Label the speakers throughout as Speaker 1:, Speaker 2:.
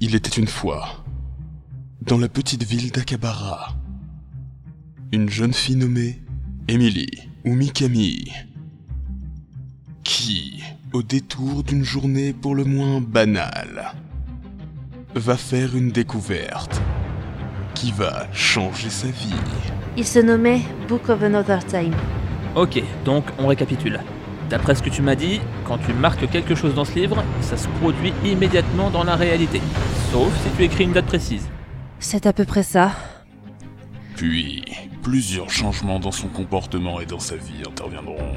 Speaker 1: Il était une fois, dans la petite ville d'Akabara, une jeune fille nommée Emily ou Mikami, qui, au détour d'une journée pour le moins banale, va faire une découverte qui va changer sa vie.
Speaker 2: Il se nommait Book of Another Time.
Speaker 3: Ok, donc on récapitule. D'après ce que tu m'as dit, quand tu marques quelque chose dans ce livre, ça se produit immédiatement dans la réalité. Sauf si tu écris une date précise.
Speaker 2: C'est à peu près ça.
Speaker 1: Puis, plusieurs changements dans son comportement et dans sa vie interviendront.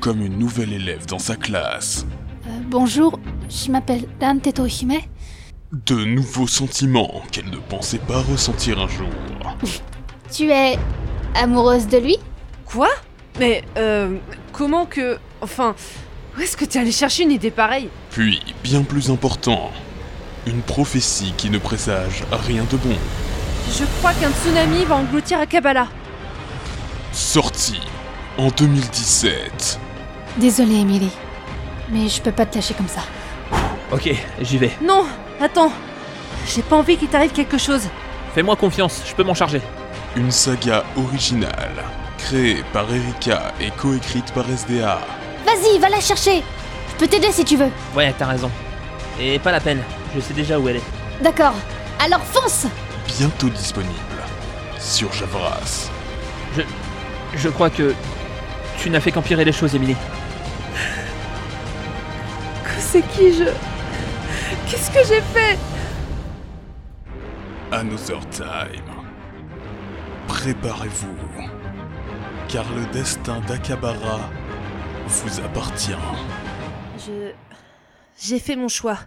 Speaker 1: Comme une nouvelle élève dans sa classe,
Speaker 4: Euh, bonjour, je m'appelle Dan Tetohime.
Speaker 1: de nouveaux sentiments qu'elle ne pensait pas ressentir un jour.
Speaker 4: Tu es amoureuse de lui
Speaker 5: Quoi Mais euh, comment que... Enfin, où est-ce que t'es allé chercher une idée pareille
Speaker 1: Puis, bien plus important, une prophétie qui ne présage rien de bon.
Speaker 5: Je crois qu'un tsunami va engloutir Akabala.
Speaker 1: Sortie en 2017.
Speaker 4: Désolée, Emily, mais je peux pas te lâcher comme ça.
Speaker 3: Ok, j'y vais.
Speaker 5: Non, attends. J'ai pas envie qu'il t'arrive quelque chose.
Speaker 3: Fais-moi confiance, je peux m'en charger.
Speaker 1: Une saga originale, créée par Erika et coécrite par SDA.
Speaker 4: Vas-y, va la chercher Je peux t'aider si tu veux.
Speaker 3: Ouais, t'as raison. Et pas la peine, je sais déjà où elle est.
Speaker 4: D'accord. Alors fonce
Speaker 1: Bientôt disponible sur Javras.
Speaker 3: Je crois que tu n'as fait qu'empirer les choses, Emily.
Speaker 5: C'est qui je... Qu'est-ce que j'ai fait
Speaker 1: Another Time. Préparez-vous, car le destin d'Akabara vous appartient.
Speaker 2: Je. J'ai fait mon choix.